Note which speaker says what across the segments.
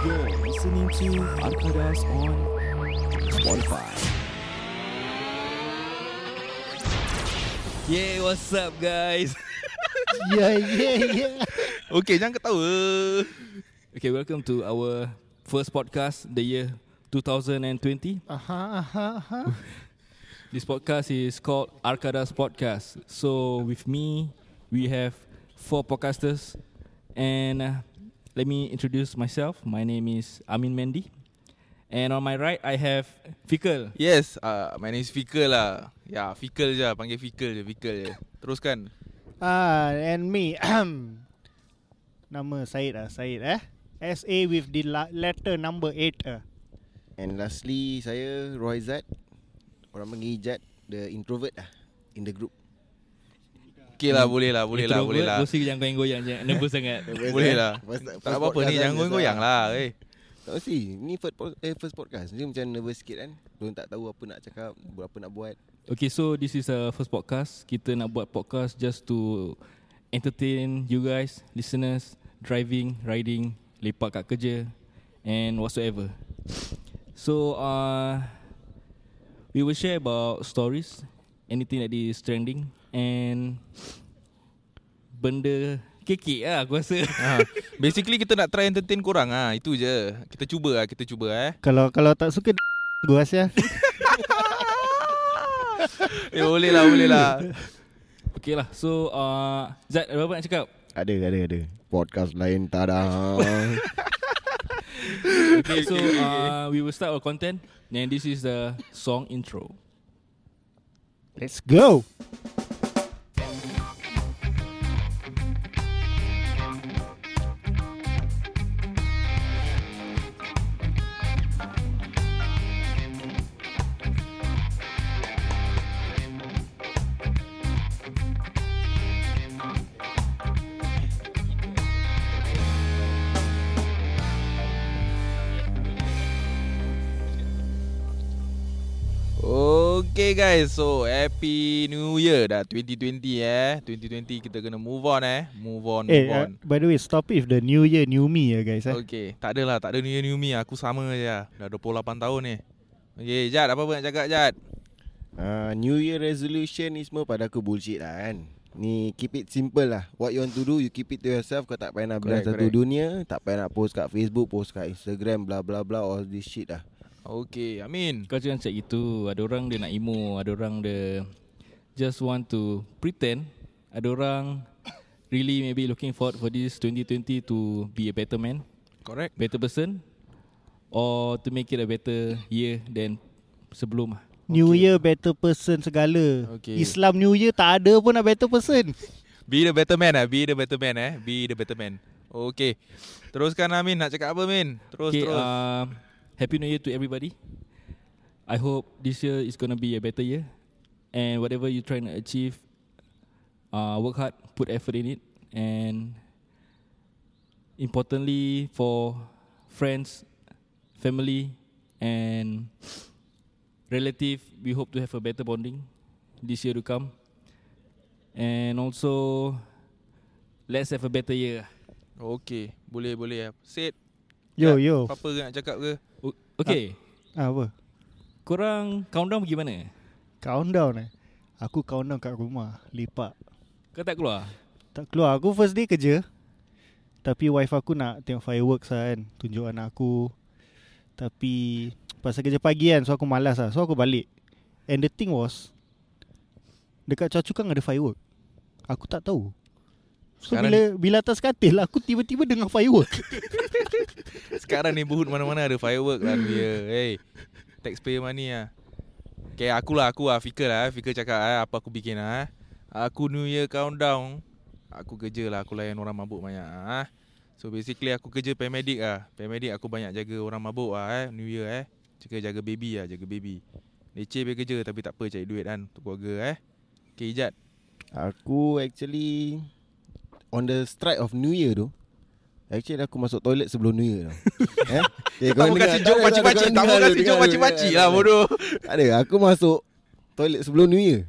Speaker 1: You're listening to Arkadas on Spotify.
Speaker 2: Yeah, what's up guys?
Speaker 3: Ya ya ya.
Speaker 4: Okay jangan ketawa
Speaker 2: Okay, welcome to our first podcast the year 2020.
Speaker 3: Aha aha aha.
Speaker 2: This podcast is called Arkadas Podcast. So with me, we have four podcasters, and uh, let me introduce myself. My name is Amin Mendy, and on my right I have Fikal.
Speaker 4: Yes uh, My name is Fikal lah Ya yeah, Fikal je Panggil Fikal je Fikal je Teruskan
Speaker 3: Ah and me. Nama Said ah, Said eh. SA with the la- letter number 8 ah.
Speaker 5: And lastly saya Roy Zat Orang panggil Ijat The introvert lah In the group
Speaker 4: Okay lah boleh lah Boleh lah boleh lah
Speaker 2: Mesti jangan goyang-goyang je. Nervous sangat.
Speaker 4: Boleh lah
Speaker 5: First- first
Speaker 4: Tak apa-apa
Speaker 5: podcast
Speaker 4: ni Jangan
Speaker 5: biasa
Speaker 4: goyang lah eh.
Speaker 5: Tak mesti Ni first, pod- eh, first podcast Jadi macam nervous sikit kan Diorang tak tahu apa nak cakap Apa nak buat
Speaker 2: Okay, so this is a first podcast. Kita nak buat podcast just to entertain you guys, listeners, driving, riding, lepak kat kerja and whatsoever. So, uh, we will share about stories, anything that is trending and benda kekek lah aku rasa.
Speaker 4: ha. Basically kita nak try entertain korang ah Itu je Kita cuba lah Kita cuba eh
Speaker 3: Kalau kalau tak suka gua rasa
Speaker 4: Eh boleh lah boleh lah
Speaker 2: okay lah, so uh, Zat, ada apa nak cakap?
Speaker 5: Ada ada ada Podcast lain tak ada
Speaker 2: Okay, so uh, we will start our content and this is the song intro.
Speaker 3: Let's go.
Speaker 4: Okay guys So happy new year Dah 2020 eh 2020 kita kena move on eh Move on move
Speaker 3: Eh uh,
Speaker 4: on Oh,
Speaker 3: by the way stop it with the new year new me ya guys eh.
Speaker 4: Okay Tak adalah Tak ada new year new me Aku sama je lah. Dah 28 tahun ni Okay Jad apa-apa nak cakap Jad
Speaker 5: uh, New year resolution ni semua pada aku bullshit lah kan Ni keep it simple lah What you want to do You keep it to yourself Kau tak payah nak bilang
Speaker 4: Correct,
Speaker 5: satu
Speaker 4: correct.
Speaker 5: dunia Tak payah nak post kat Facebook Post kat Instagram Blah blah blah All this shit lah
Speaker 4: Okay Amin
Speaker 2: Kau jangan cakap gitu Ada orang dia nak emo Ada orang dia Just want to pretend Ada orang Really maybe looking forward for this 2020 To be a better man
Speaker 4: Correct
Speaker 2: Better person Or to make it a better year Than sebelum lah
Speaker 3: New year better person segala.
Speaker 4: Okay.
Speaker 3: Islam new year tak ada pun nak better person.
Speaker 4: Be the better man eh Be the better man eh Be the better man Okay Teruskan Amin Nak cakap apa Min Terus okay,
Speaker 2: Okay
Speaker 4: terus uh,
Speaker 2: uh, Happy New Year to everybody I hope this year is gonna be a better year And whatever you trying to achieve uh, Work hard Put effort in it And Importantly for Friends Family And Relative We hope to have a better bonding This year to come And also Let's have a better year
Speaker 4: Okay Boleh boleh eh. Sit
Speaker 3: Yo
Speaker 4: Jad,
Speaker 3: yo.
Speaker 4: Apa-apa nak cakap ke
Speaker 2: O- Okay
Speaker 3: Ah, apa?
Speaker 2: Korang countdown pergi mana?
Speaker 3: Countdown eh. Aku countdown kat rumah, lepak.
Speaker 2: Kau tak keluar?
Speaker 3: Tak keluar Aku first day kerja Tapi wife aku nak tengok fireworks lah kan Tunjuk anak aku Tapi Pasal kerja pagi kan So aku malas lah So aku balik And the thing was Dekat Choa Chu Kang ada firework Aku tak tahu So
Speaker 4: Sekarang
Speaker 3: bila, bila atas katil lah, Aku tiba-tiba dengar firework
Speaker 4: Sekarang ni buhut mana-mana Ada firework lah dia Hey Taxpayer money lah Okay akulah Aku lah Fikir lah eh. Fikir cakap lah Apa aku bikin lah eh. Aku New Year countdown Aku kerja lah Aku layan orang mabuk banyak lah eh. So basically aku kerja paramedic lah Paramedic aku banyak jaga orang mabuk lah eh. New Year eh Jaga jaga baby lah Jaga baby Leceh pergi kerja Tapi tak apa cari duit kan Untuk keluarga eh Okay Ijat
Speaker 5: Aku actually On the strike of New Year tu Actually aku masuk toilet sebelum New Year tau eh? Okay,
Speaker 4: Tak
Speaker 5: korang
Speaker 4: mau kasih joke
Speaker 5: dengar, tak ada,
Speaker 4: pakcik-pakcik
Speaker 5: korang
Speaker 4: Tak mau kasih joke
Speaker 5: dengar dulu, dengar dulu,
Speaker 4: pakcik-pakcik
Speaker 5: dengar
Speaker 4: lah
Speaker 5: dulu.
Speaker 4: bodoh
Speaker 5: Tak ada aku masuk Toilet sebelum New Year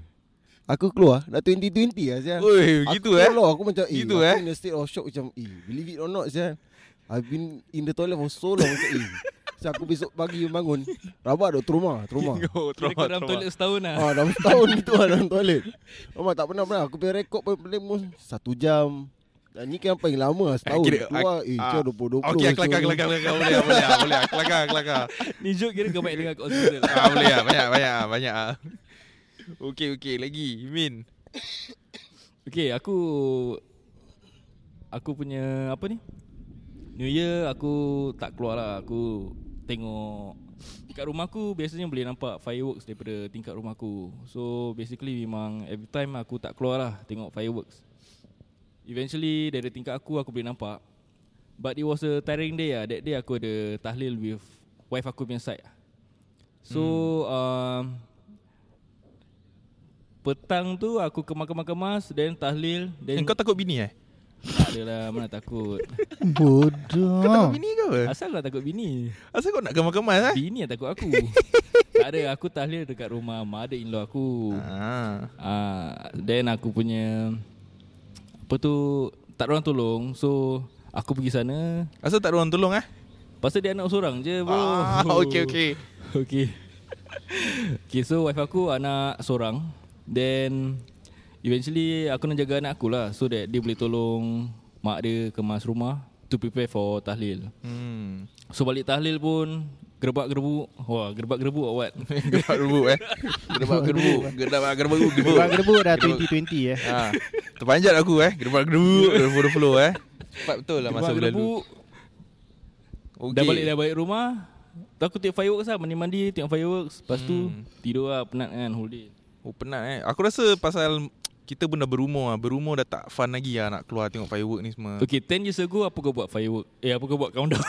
Speaker 5: Aku keluar Dah 2020 lah sial
Speaker 4: Ui gitu eh
Speaker 5: Aku keluar aku macam eh,
Speaker 4: Gitu,
Speaker 5: aku
Speaker 4: eh?
Speaker 5: In a state of shock macam eh, Believe it or not sial I've been in the toilet for so long macam eh. So aku besok pagi bangun Rabak tu trauma Trauma
Speaker 4: Oh,
Speaker 2: Kira kau dalam toilet setahun lah
Speaker 5: Ah, dah setahun gitu lah dalam toilet Rabak tak pernah pernah Aku punya rekod paling paling pun Satu jam Dan ni kan paling lama lah setahun
Speaker 4: kira-
Speaker 5: Keluar eh
Speaker 4: ah,
Speaker 5: kau 20-20
Speaker 4: Okey, kelakar, kelakar, kelakar Boleh, boleh, ah, boleh ah, Kelakar, kelakar
Speaker 2: Ni joke kira kau baik dengar kat hospital
Speaker 4: ah, Boleh lah, banyak, banyak, ah, banyak ah. Okey, okey, lagi Min
Speaker 2: Okay aku Aku punya Apa ni New Year aku tak keluar lah Aku tengok Kat rumah aku biasanya boleh nampak fireworks daripada tingkat rumah aku So basically memang every time aku tak keluar lah tengok fireworks Eventually dari tingkat aku aku boleh nampak But it was a tiring day lah That day aku ada tahlil with wife aku punya side So
Speaker 4: Hmm.
Speaker 2: um, Petang tu aku kemas-kemas-kemas Then tahlil
Speaker 4: eh,
Speaker 2: Then
Speaker 4: Kau takut bini eh?
Speaker 2: tak adalah mana takut
Speaker 4: Kau takut
Speaker 3: Bodoh
Speaker 4: bini ke? apa?
Speaker 2: Asal kau takut bini
Speaker 4: Asal kau nak kemas-kemas eh?
Speaker 2: Bini yang takut aku Tak ada aku tahlil dekat rumah mother-in-law aku
Speaker 4: Ah.
Speaker 2: Ah, Then aku punya Apa tu Tak ada orang tolong So Aku pergi sana
Speaker 4: Asal tak ada orang tolong eh?
Speaker 2: Pasal dia anak seorang je bro
Speaker 4: Ah, okey, okey
Speaker 2: Okay Okay so wife aku anak seorang Then Eventually aku nak jaga anak aku lah So that dia boleh tolong Mak dia kemas rumah To prepare for tahlil
Speaker 4: Hmm.
Speaker 2: So balik tahlil pun Gerbak gerbu Wah gerbak gerbu or what
Speaker 4: Gerbak gerbuk eh. Gerbak gerbuk. Gerbak gerbuk gerbuk.
Speaker 3: Bang Gerbuk dah 2020 eh
Speaker 4: Ha. Terpanjat aku eh. Gerbak gerbuk 2020 eh. Cepat betul lah masa
Speaker 2: Gerbak gerbu
Speaker 4: berlalu.
Speaker 2: Dah balik dah balik rumah Tu aku tengok fireworks lah Mandi-mandi tengok fireworks Lepas tu
Speaker 4: Hmm.
Speaker 2: Tidur lah penat kan whole day
Speaker 4: Oh penat eh. Aku rasa pasal kita pun dah berumur lah. Berumur dah tak fun lagi lah nak keluar tengok firework ni semua.
Speaker 2: Okay 10 years ago Apa kau buat firework Eh apa kau buat countdown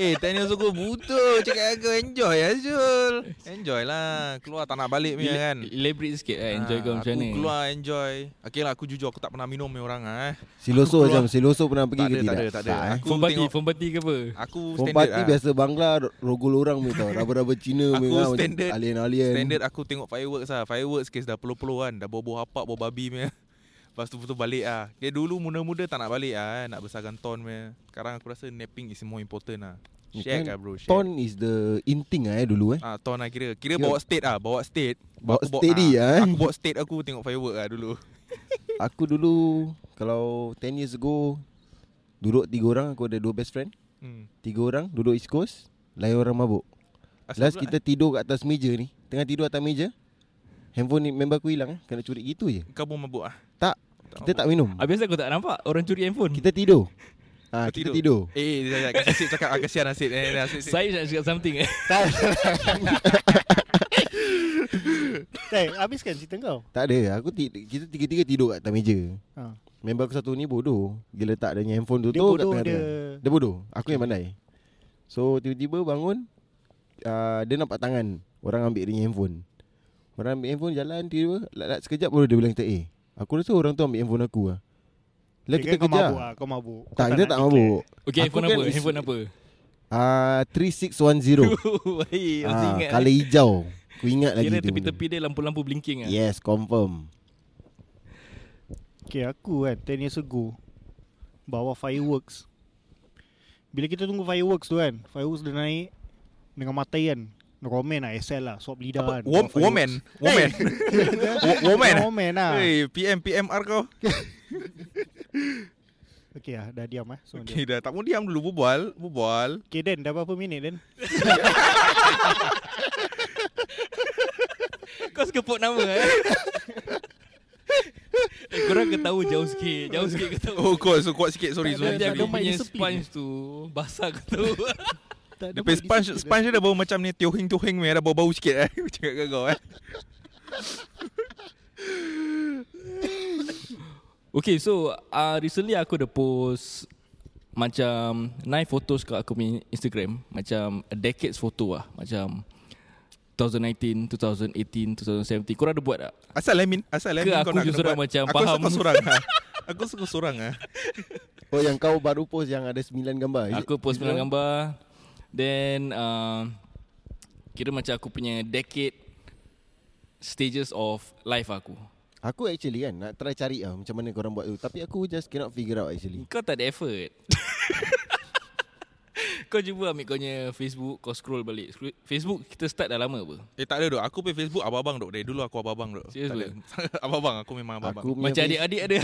Speaker 4: Eh, tanya suku butuh. Cakap aku enjoy lah Zul. Enjoy lah. Keluar tak nak balik punya kan.
Speaker 2: Elaborate sikit lah Enjoy
Speaker 4: Ah,
Speaker 2: kau macam
Speaker 4: aku
Speaker 2: mana
Speaker 4: keluar enjoy. Okay lah aku jujur aku tak pernah minum ni orang lah eh.
Speaker 5: Siloso
Speaker 4: Aku
Speaker 5: macam Siloso pernah pergi
Speaker 4: Tak
Speaker 5: ke
Speaker 4: ada,
Speaker 5: tidak?
Speaker 4: tak ada, tak ada.
Speaker 5: eh?
Speaker 4: Aku
Speaker 2: Phone party
Speaker 4: tengok Ah.
Speaker 2: Phone party ke apa
Speaker 4: Aku
Speaker 5: Perempuan
Speaker 4: standard
Speaker 5: party
Speaker 4: lah.
Speaker 5: biasa Bangla Rogol orang punya tau Raba-raba Cina
Speaker 4: Aku
Speaker 5: punya kan, macam
Speaker 4: standard
Speaker 5: Alien-alien
Speaker 4: Standard aku tengok fireworks lah Fireworks case dah peluh-peluh kan Dah bobo hapak Bobo babi punya Lepas tu betul balik lah Dia dulu muda-muda tak nak balik lah eh. Nak besarkan ton punya Sekarang aku rasa napping is more important lah Shag
Speaker 5: Bukan
Speaker 4: lah bro shag.
Speaker 5: Ton is the inting lah eh dulu eh
Speaker 4: Ah, ton lah kira Kira
Speaker 5: Kira-
Speaker 4: bawa state lah Bawa state
Speaker 5: Bawa
Speaker 4: Aku
Speaker 5: steady
Speaker 4: ah,
Speaker 5: lah, eh.
Speaker 4: Aku bawa state aku tengok firework lah dulu
Speaker 5: Aku dulu Kalau 10 years ago Duduk tiga orang Aku ada dua best friend
Speaker 4: hmm.
Speaker 5: Tiga orang Duduk East Coast Lain orang mabuk
Speaker 4: Asal
Speaker 5: Last
Speaker 4: pula,
Speaker 5: kita tidur kat atas meja ni Tengah tidur atas meja Handphone ni member aku hilang eh. Kena curi gitu
Speaker 4: eh?
Speaker 5: je
Speaker 4: Kau pun mabuk lah
Speaker 5: Tak Kita tak minum
Speaker 2: Habis aku tak nampak Orang curi handphone
Speaker 5: Kita tidur Ah,
Speaker 4: Kau
Speaker 5: kita tidur.
Speaker 4: Eh, eh sekejap, sekejap. Kasih Sid cakap ah, Kasihan Asid eh, eh, Asid, Asid.
Speaker 2: Saya nak cakap something eh
Speaker 3: Eh habiskan cerita kau
Speaker 5: Tak ada. Aku ti- kita tiga-tiga tidur kat atas meja.
Speaker 3: ha.
Speaker 5: Member aku satu ni bodoh Dia letak dia punya handphone tu
Speaker 3: Dia
Speaker 5: tu kat
Speaker 3: bodoh dia
Speaker 5: tengah-tengah. Dia bodoh Aku yang pandai So tiba-tiba bangun uh, Dia nampak tangan Orang ambil dia punya handphone Orang ambil handphone jalan Tiba lat-lat sekejap baru dia bilang kita Eh aku rasa orang tu ambil handphone aku lah Lah
Speaker 3: Kira
Speaker 5: kita
Speaker 3: kau
Speaker 5: kejar
Speaker 3: mabuk lah Kau mabuk Kau
Speaker 5: Tak kita
Speaker 3: nak
Speaker 5: tak
Speaker 3: declare.
Speaker 5: mabuk
Speaker 2: Okay
Speaker 5: Aku
Speaker 2: handphone
Speaker 5: kan
Speaker 2: apa
Speaker 5: is-
Speaker 2: Handphone apa
Speaker 5: uh, 3610
Speaker 2: Baik Masih
Speaker 5: uh,
Speaker 2: ingat
Speaker 5: Kala hijau Aku ingat lagi
Speaker 2: Kira
Speaker 5: tu
Speaker 2: tepi-tepi dia Lampu-lampu blinking lah
Speaker 5: Yes confirm
Speaker 3: Okay aku kan 10 years ago Bawa fireworks Bila kita tunggu fireworks tu kan Fireworks dia naik Dengan matai kan Roman lah SL lah Suap lidah
Speaker 4: Apa?
Speaker 3: kan
Speaker 4: Wom-
Speaker 3: Bawa
Speaker 4: Woman
Speaker 3: fireworks.
Speaker 4: Woman Wo- Woman
Speaker 3: Woman lah
Speaker 4: Hey, PM PMR kau
Speaker 3: Okay lah dah diam lah so,
Speaker 4: Okay
Speaker 3: okay.
Speaker 4: dah tak mau diam dulu Berbual Berbual
Speaker 3: okay Dan dah berapa minit Dan
Speaker 2: Kau suka put nama eh Eh, korang ketawa jauh sikit Jauh sikit ketawa
Speaker 4: Oh kuat so kuat sikit sorry sorry.
Speaker 2: Nanti
Speaker 4: sorry.
Speaker 2: aku
Speaker 3: Dia
Speaker 2: punya
Speaker 3: sepi.
Speaker 2: sponge tu Basah ketawa
Speaker 3: Tak
Speaker 4: Dia
Speaker 3: ada
Speaker 4: punya
Speaker 3: boleh
Speaker 4: sponge
Speaker 3: disebutin, Dan.
Speaker 4: sponge dia dah bau macam ni tiohing tiohing punya dah bau-bau sikit eh. Aku Cakap kat kau eh.
Speaker 2: Okay so uh, Recently aku ada post Macam Nine photos kat aku punya Instagram Macam A decades photo lah Macam 2019, 2018, 2017 Korang ada buat tak?
Speaker 4: Asal Lemin, asal Lemin
Speaker 2: aku je seorang macam
Speaker 4: aku
Speaker 2: faham.
Speaker 4: Aku suka seorang ah. Aku suka seorang ah.
Speaker 5: Oh yang kau baru post Yang ada 9 gambar is it?
Speaker 2: Aku post sembilan gambar Then uh, Kira macam aku punya decade Stages of life aku
Speaker 5: Aku actually kan Nak try cari lah Macam mana korang buat tu Tapi aku just cannot figure out actually
Speaker 2: Kau tak ada effort Kau cuba ambil kau punya Facebook Kau scroll balik Scroll- Facebook kita start dah lama apa
Speaker 4: Eh tak ada duk Aku pay Facebook abang-abang duk Dari dulu aku abang-abang duk
Speaker 2: Serius
Speaker 4: Tak ada. Abang-abang aku memang abang-abang
Speaker 5: Aku punya
Speaker 2: Macam
Speaker 5: face-
Speaker 2: adik-adik ada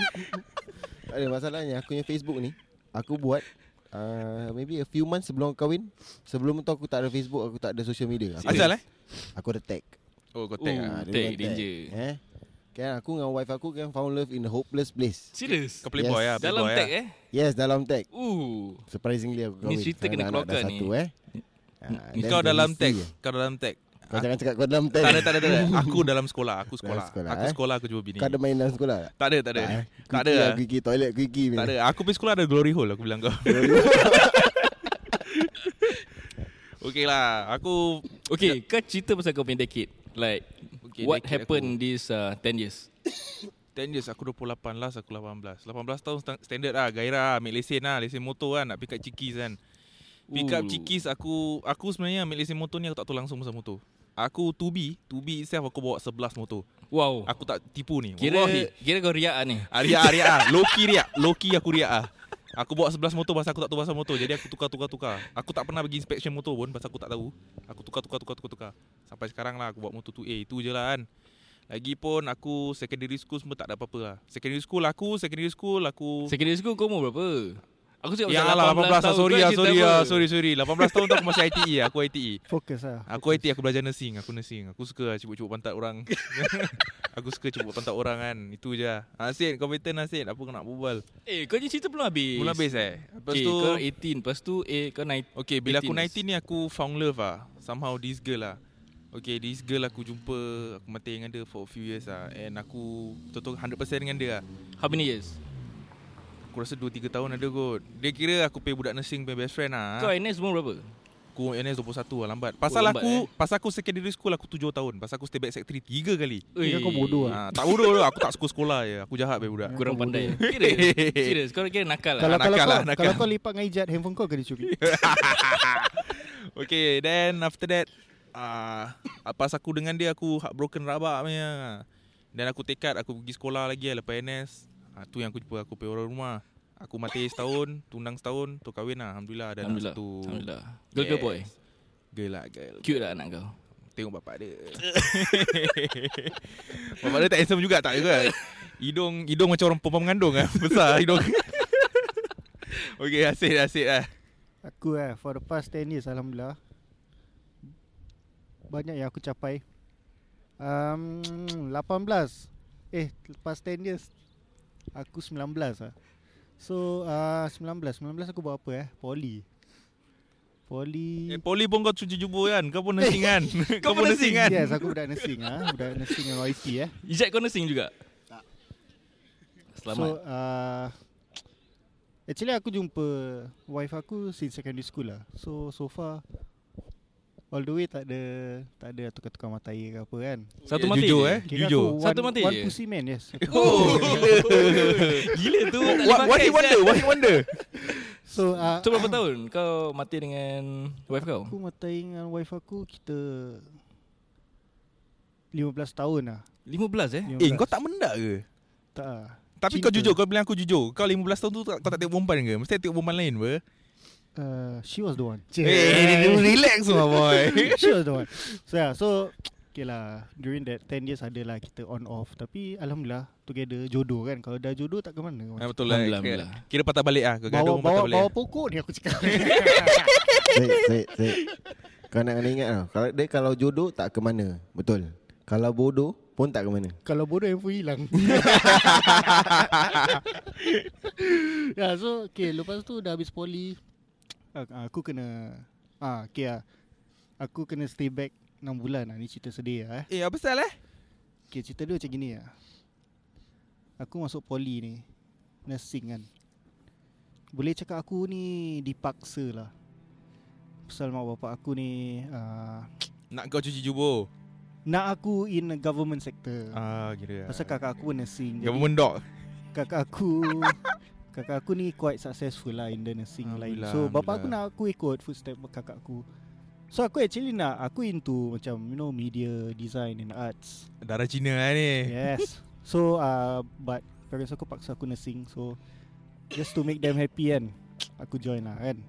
Speaker 5: Tak ada masalahnya Aku punya Facebook ni Aku buat uh, Maybe a few months sebelum kahwin Sebelum tu aku tak ada Facebook Aku tak ada social media aku,
Speaker 4: Asal eh
Speaker 5: Aku ada tag
Speaker 4: Oh kau tag
Speaker 2: Oh.
Speaker 4: ah.
Speaker 5: Ah, dia
Speaker 2: tag,
Speaker 5: bukan
Speaker 2: danger.
Speaker 5: eh? Kan aku dengan wife aku kan Found love in a hopeless place
Speaker 2: Serius
Speaker 4: Kau playboy
Speaker 5: Yes.
Speaker 4: lah
Speaker 2: Dalam
Speaker 4: playboy
Speaker 2: tag
Speaker 4: lah.
Speaker 2: eh
Speaker 5: Yes dalam tag
Speaker 2: Uh,
Speaker 5: Surprisingly aku kahwin
Speaker 2: Ni cerita kena
Speaker 5: Sekarang anak dah
Speaker 2: keluarkan
Speaker 5: satu,
Speaker 2: ni.
Speaker 5: eh? Ah, that's
Speaker 4: Kau
Speaker 5: the
Speaker 4: dalam tag
Speaker 5: mystery.
Speaker 4: Kau dalam tag
Speaker 5: Kau jangan cakap kau dalam tag
Speaker 4: Tak ada tak ada tak ada Aku dalam sekolah Aku sekolah
Speaker 5: sekolah,
Speaker 4: Aku
Speaker 5: eh?
Speaker 4: sekolah aku jumpa bini
Speaker 5: Kau ada main dalam sekolah tak?
Speaker 4: Tak ada tak ada
Speaker 5: eh?
Speaker 4: Tak
Speaker 5: Quickie
Speaker 4: ada
Speaker 5: lah,
Speaker 4: ah.
Speaker 5: Quickie toilet quickie
Speaker 4: Tak ada Aku pergi sekolah ada glory hole Aku bilang kau Okay lah Aku
Speaker 2: Okay Kau cerita pasal kau punya decade Like
Speaker 4: Okay,
Speaker 2: okay, What
Speaker 4: decade
Speaker 2: happened this uh, 10 years
Speaker 4: 10 years Aku 28 Last aku 18 18 tahun sta- standard lah Gairah lah Ambil lesen lah Lesen motor kan Nak pick up cikis kan Pick up
Speaker 2: Ooh.
Speaker 4: cikis Aku Aku sebenarnya ambil lesen motor ni Aku tak tahu langsung pasal motor Aku 2B 2B itself aku bawa 11 motor
Speaker 2: Wow
Speaker 4: Aku tak tipu ni
Speaker 2: Kira
Speaker 4: Wallahi.
Speaker 2: kira kau riak ah ni
Speaker 4: Ah, riak ah, riak ah. Loki riak. Loki aku riak ah. Aku bawa 11 motor pasal aku tak tahu pasal motor. Jadi aku tukar-tukar-tukar. Aku tak pernah pergi inspection motor pun pasal aku tak tahu. Aku tukar-tukar-tukar-tukar-tukar. Sampai sekarang lah aku buat motor 2A. Itu je lah kan. Lagipun aku secondary school semua tak ada apa-apa lah. Secondary school aku, secondary school aku...
Speaker 2: Secondary school kau umur berapa? Aku cakap
Speaker 4: Ya lah 18 tahun Sorry lah sorry lah Sorry sorry 18 tahun tu aku masih ITE Aku ITE
Speaker 3: Fokus lah
Speaker 4: Aku IT aku belajar nursing Aku nursing Aku suka lah cubuk-cubuk pantat orang Aku suka cubuk pantat orang kan Itu je lah Asyik kau better Asyik Apa kau nak berbual
Speaker 2: Eh kau punya cerita belum habis
Speaker 4: Mula base eh Lepas
Speaker 2: okay,
Speaker 4: tu
Speaker 2: kau 18 Lepas tu eh kau 19
Speaker 4: Okay bila aku
Speaker 2: 18.
Speaker 4: 19 ni Aku found love lah Somehow this girl lah Okay this girl aku jumpa Aku mati dengan dia For a few years lah And aku Betul-betul 100% dengan dia lah
Speaker 2: How many years?
Speaker 4: Aku rasa 2-3 tahun ada kot Dia kira aku pay budak nursing Pay best friend lah
Speaker 2: Kau NS umur berapa?
Speaker 4: Aku NS 21 lah lambat Pasal
Speaker 2: lambat,
Speaker 4: aku
Speaker 2: eh.
Speaker 4: Pasal aku secondary school Aku 7 tahun Pasal aku stay back secretary 3 kali
Speaker 3: Kira
Speaker 2: Ui,
Speaker 3: kau bodoh lah
Speaker 4: ha, Tak bodoh tu Aku tak suka sekolah je Aku jahat pay budak
Speaker 2: Kurang
Speaker 3: Kau
Speaker 2: pandai
Speaker 3: bodoh.
Speaker 2: Serius Serius Kau kira nakal lah
Speaker 3: kalau, kalau,
Speaker 4: nakal
Speaker 3: kau,
Speaker 4: lah, nakal.
Speaker 3: kalau kau lipat dengan ijat Handphone kau kena curi
Speaker 4: Okay then after that ah uh, Pas aku dengan dia Aku heartbroken rabak punya Dan aku tekad Aku pergi sekolah lagi lah Lepas NS ah, Tu yang aku jumpa Aku pergi orang rumah Aku mati setahun Tunang setahun Tu kahwin lah Alhamdulillah ada
Speaker 2: Alhamdulillah
Speaker 4: anak satu
Speaker 2: Alhamdulillah Girl ke
Speaker 4: Yes.
Speaker 2: boy?
Speaker 4: Girl lah girl
Speaker 2: Cute lah anak kau
Speaker 4: Tengok bapak dia Bapak dia tak handsome juga Tak juga Hidung Hidung macam orang perempuan mengandung lah Besar hidung Okay asyik asyik lah
Speaker 3: Aku eh For the past 10 years Alhamdulillah Banyak yang aku capai um, 18 Eh Lepas 10 years Aku 19 lah So uh, 19 19 aku buat apa eh Poli Poli
Speaker 4: Eh, poli pun kau cuci jubur kan Kau pun nursing kan Kau pun nursing kan
Speaker 3: Yes aku budak nursing ah, Budak nursing dengan YT eh
Speaker 2: Ijat kau nursing juga? Tak Selamat
Speaker 3: So uh, Actually aku jumpa Wife aku Since secondary school lah So so far All the way tak ada Tak ada tukar-tukar mata air ke apa kan
Speaker 2: Satu
Speaker 4: Eh,
Speaker 2: mata
Speaker 4: Jujur
Speaker 2: je.
Speaker 4: eh Jujur
Speaker 3: aku one,
Speaker 2: Satu mata
Speaker 3: One
Speaker 2: je?
Speaker 3: pussy man yes
Speaker 2: Oh Gila tu tak boleh
Speaker 4: What, what
Speaker 2: pakai,
Speaker 4: he wonder
Speaker 2: Ijat.
Speaker 4: What he wonder
Speaker 3: So uh,
Speaker 2: So berapa tahun kau mati dengan wife kau?
Speaker 3: Aku mata air dengan wife aku Kita 15 tahun lah
Speaker 2: 15 eh?
Speaker 3: 15.
Speaker 4: Eh kau tak mendak ke
Speaker 3: Tak lah
Speaker 4: Tapi
Speaker 3: Cinta.
Speaker 4: kau jujur Kau bilang aku jujur Kau 15 tahun tu tak- Kau tak tengok perempuan ke Mesti tengok perempuan lain apa
Speaker 3: uh, She was the one
Speaker 4: Eh relax semua boy
Speaker 3: she was the one So yeah so Okay lah During that 10 years adalah Kita on off Tapi Alhamdulillah Together jodoh kan Kalau dah jodoh tak ke mana
Speaker 4: Ah, Betul lah
Speaker 2: Alhamdulillah.
Speaker 4: Kira patah balik lah Kau
Speaker 3: Bawa,
Speaker 4: gaduh pun
Speaker 3: bawa,
Speaker 4: patah balik
Speaker 3: bawa pokok ni aku cakap
Speaker 5: Zaid, Zaid, Zaid. Kau nak kena ingat tau kalau, Dia kalau jodoh tak ke mana Betul Kalau bodoh pun tak ke mana
Speaker 3: Kalau bodoh handphone hilang Ya yeah, so Okay lepas tu dah habis poli ah, Aku kena ah, Okay lah Aku kena stay back 6 bulan lah Ni cerita sedih lah eh
Speaker 4: Eh apa salah eh
Speaker 3: Okay cerita dia macam gini lah Aku masuk poli ni Nursing kan Boleh cakap aku ni Dipaksa lah Pasal mak bapak aku ni uh,
Speaker 4: Nak kau cuci jubur
Speaker 3: Nak aku in a government sector
Speaker 4: Ah kira
Speaker 3: Pasal kakak aku pun nursing Jadi
Speaker 4: Government dog
Speaker 3: kakak aku Kakak aku ni quite successful lah In the nursing line
Speaker 4: Alhamdulillah,
Speaker 3: So bapak aku
Speaker 4: Alhamdulillah.
Speaker 3: nak aku ikut Footstep kakak aku So aku actually nak Aku into macam You know media Design and arts
Speaker 4: Darah Cina lah ni
Speaker 3: Yes. So uh, but parents aku paksa aku nursing so just to make them happy kan. Aku join lah kan